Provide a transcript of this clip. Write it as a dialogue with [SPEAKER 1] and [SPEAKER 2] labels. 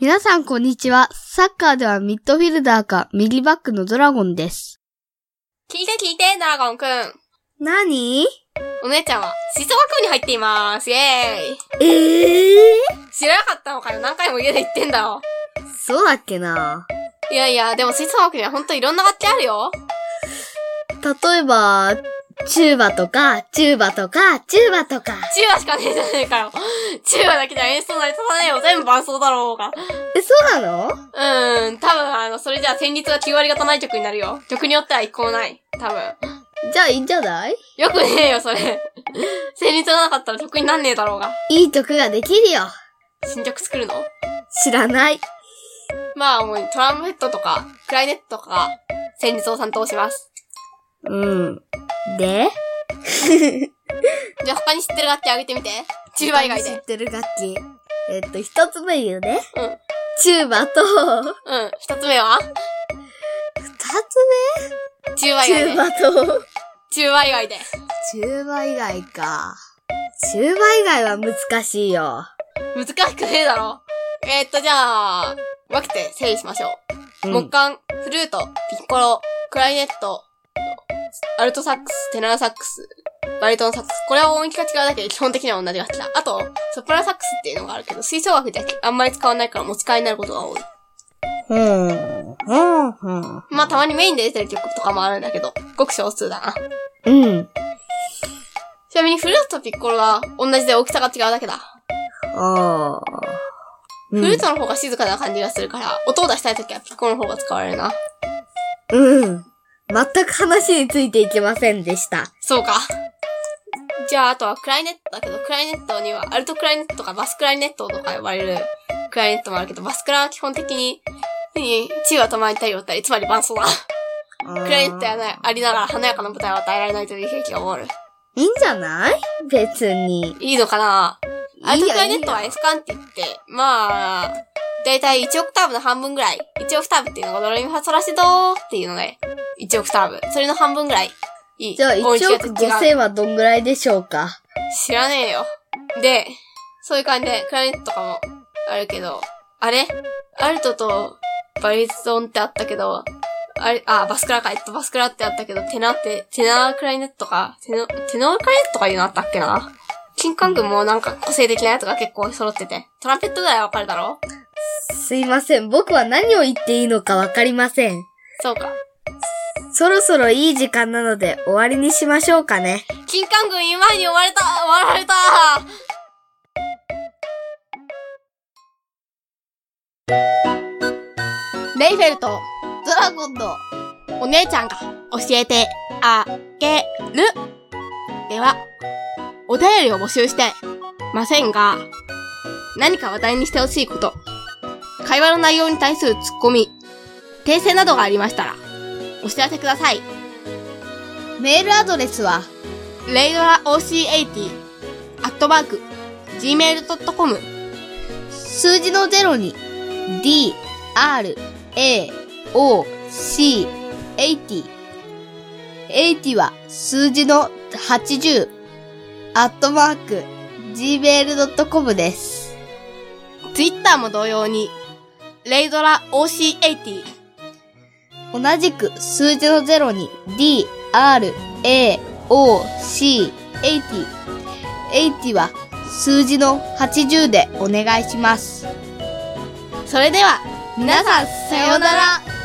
[SPEAKER 1] 皆さんこんにちは。サッカーではミッドフィルダーか右バックのドラゴンです。
[SPEAKER 2] 聞いて聞いて、ドラゴンくん。
[SPEAKER 1] なに
[SPEAKER 2] お姉ちゃんは、吹奏楽部に入っています。イェーイ。
[SPEAKER 1] ええ
[SPEAKER 2] 知らなかったのかよ。何回も家で言ってんだろ。
[SPEAKER 1] そうだっけない
[SPEAKER 2] やいや、でも吹奏楽にはほんといろんな楽器あるよ。
[SPEAKER 1] 例えば、チューバとか、チューバとか、チューバとか。
[SPEAKER 2] チューバしかねえじゃねえかよ。チューバだけじゃ演奏成り立たないよ。全部伴奏だろうが。
[SPEAKER 1] え、そうなの
[SPEAKER 2] うーん、多分あの、それじゃあ旋律が9割方ない曲になるよ。曲によっては一個もない。多分。
[SPEAKER 1] じゃあいいんじゃない
[SPEAKER 2] よくねえよ、それ。旋律がなかったら曲になんねえだろうが。
[SPEAKER 1] いい曲ができるよ。
[SPEAKER 2] 新曲作るの
[SPEAKER 1] 知らない。
[SPEAKER 2] まあ、もうトランペットとか、クライネットとか、旋律を担当します。
[SPEAKER 1] うん。で
[SPEAKER 2] じゃあ他に知ってる楽器あげてみて。チューバ以外
[SPEAKER 1] 知
[SPEAKER 2] で
[SPEAKER 1] っ。てる楽器。えっと、一つ目言うね。
[SPEAKER 2] うん。
[SPEAKER 1] チューバと、
[SPEAKER 2] うん。二つ目は
[SPEAKER 1] 二
[SPEAKER 2] チューバ
[SPEAKER 1] つ
[SPEAKER 2] 以外
[SPEAKER 1] 目チュ
[SPEAKER 2] で。
[SPEAKER 1] ーバと、
[SPEAKER 2] チューバ以外で。
[SPEAKER 1] チューバ以外か。チューバ以外は難しいよ。
[SPEAKER 2] 難しくねえだろ。えー、っと、じゃあ、分けて整理しましょう。
[SPEAKER 1] うん
[SPEAKER 2] 木管、フルート、ピッコロ、クライネット、アルトサックス、テナーサックス、バリトンサックス。これは音域が違うだけで基本的には同じ楽器だ。あと、ソプラノサックスっていうのがあるけど、吹奏楽であんまり使わないから持ち替えになることが多い。
[SPEAKER 1] うん。うん。うん。
[SPEAKER 2] まあ、たまにメインで出てる曲とかもあるんだけど、ごく少数だな。
[SPEAKER 1] うん。
[SPEAKER 2] ちなみにフルートとピッコロは同じで大きさが違うだけだ。
[SPEAKER 1] ああ。
[SPEAKER 2] フルートの方が静かな感じがするから、音を出したい時はピッコロの方が使われるな。
[SPEAKER 1] うん。全く話についていけませんでした。
[SPEAKER 2] そうか。じゃあ、あとはクライネットだけど、クライネットには、アルトクライネットとかバスクライネットとか呼ばれるクライネットもあるけど、バスクラは基本的に、何中は止まりたいよったり、つまり伴奏だ。ク
[SPEAKER 1] ク
[SPEAKER 2] ライネットやなありながら華やかな舞台を与えられないという兵器がおる。
[SPEAKER 1] いいんじゃない別に。
[SPEAKER 2] いいのかなアル
[SPEAKER 1] い
[SPEAKER 2] ト
[SPEAKER 1] い
[SPEAKER 2] ク
[SPEAKER 1] よ
[SPEAKER 2] ライネットはエスカンって言って、まあ、だいたい1オクターブの半分ぐらい。1オクターブっていうのがドラミファソラシドーっていうのが1オクターブ。それの半分ぐらい。いい
[SPEAKER 1] じゃあ1
[SPEAKER 2] 音域が
[SPEAKER 1] 億
[SPEAKER 2] 違う
[SPEAKER 1] 5千はどんぐらいでしょうか
[SPEAKER 2] 知らねえよ。で、そういう感じで、クライネットとかもあるけど、あれアルトとバリゾンってあったけど、あれ、あ、バスクラか、えっと、バスクラってあったけど、テナーって、テナークライネットか、テノ、テノークライネットとかいうのあったっけな金管群もなんか個性的なやつが結構揃ってて、トランペットぐらいわかるだろ
[SPEAKER 1] すいません。僕は何を言っていいのかわかりません。
[SPEAKER 2] そうか。
[SPEAKER 1] そろそろいい時間なので終わりにしましょうかね。
[SPEAKER 2] 金管群今に追われた終わられたレイフェルとドラゴンのお姉ちゃんが教えてあげるでは、お便りを募集してませんが、何か話題にしてほしいこと、会話の内容に対するツッコミ、訂正などがありましたら、お知らせください。
[SPEAKER 1] メールアドレスは、
[SPEAKER 2] レイドラ OC80、アットマーク、gmail.com、
[SPEAKER 1] 数字の0に、d, r, a, o, c, 80。80は数字の80、アットマーク、gmail.com です。
[SPEAKER 2] Twitter も同様に、レイドラ OC80、
[SPEAKER 1] 同じく数字の0に D, R, A, O, C, 80。80は数字の80でお願いします。
[SPEAKER 2] それでは、皆さん、さようなら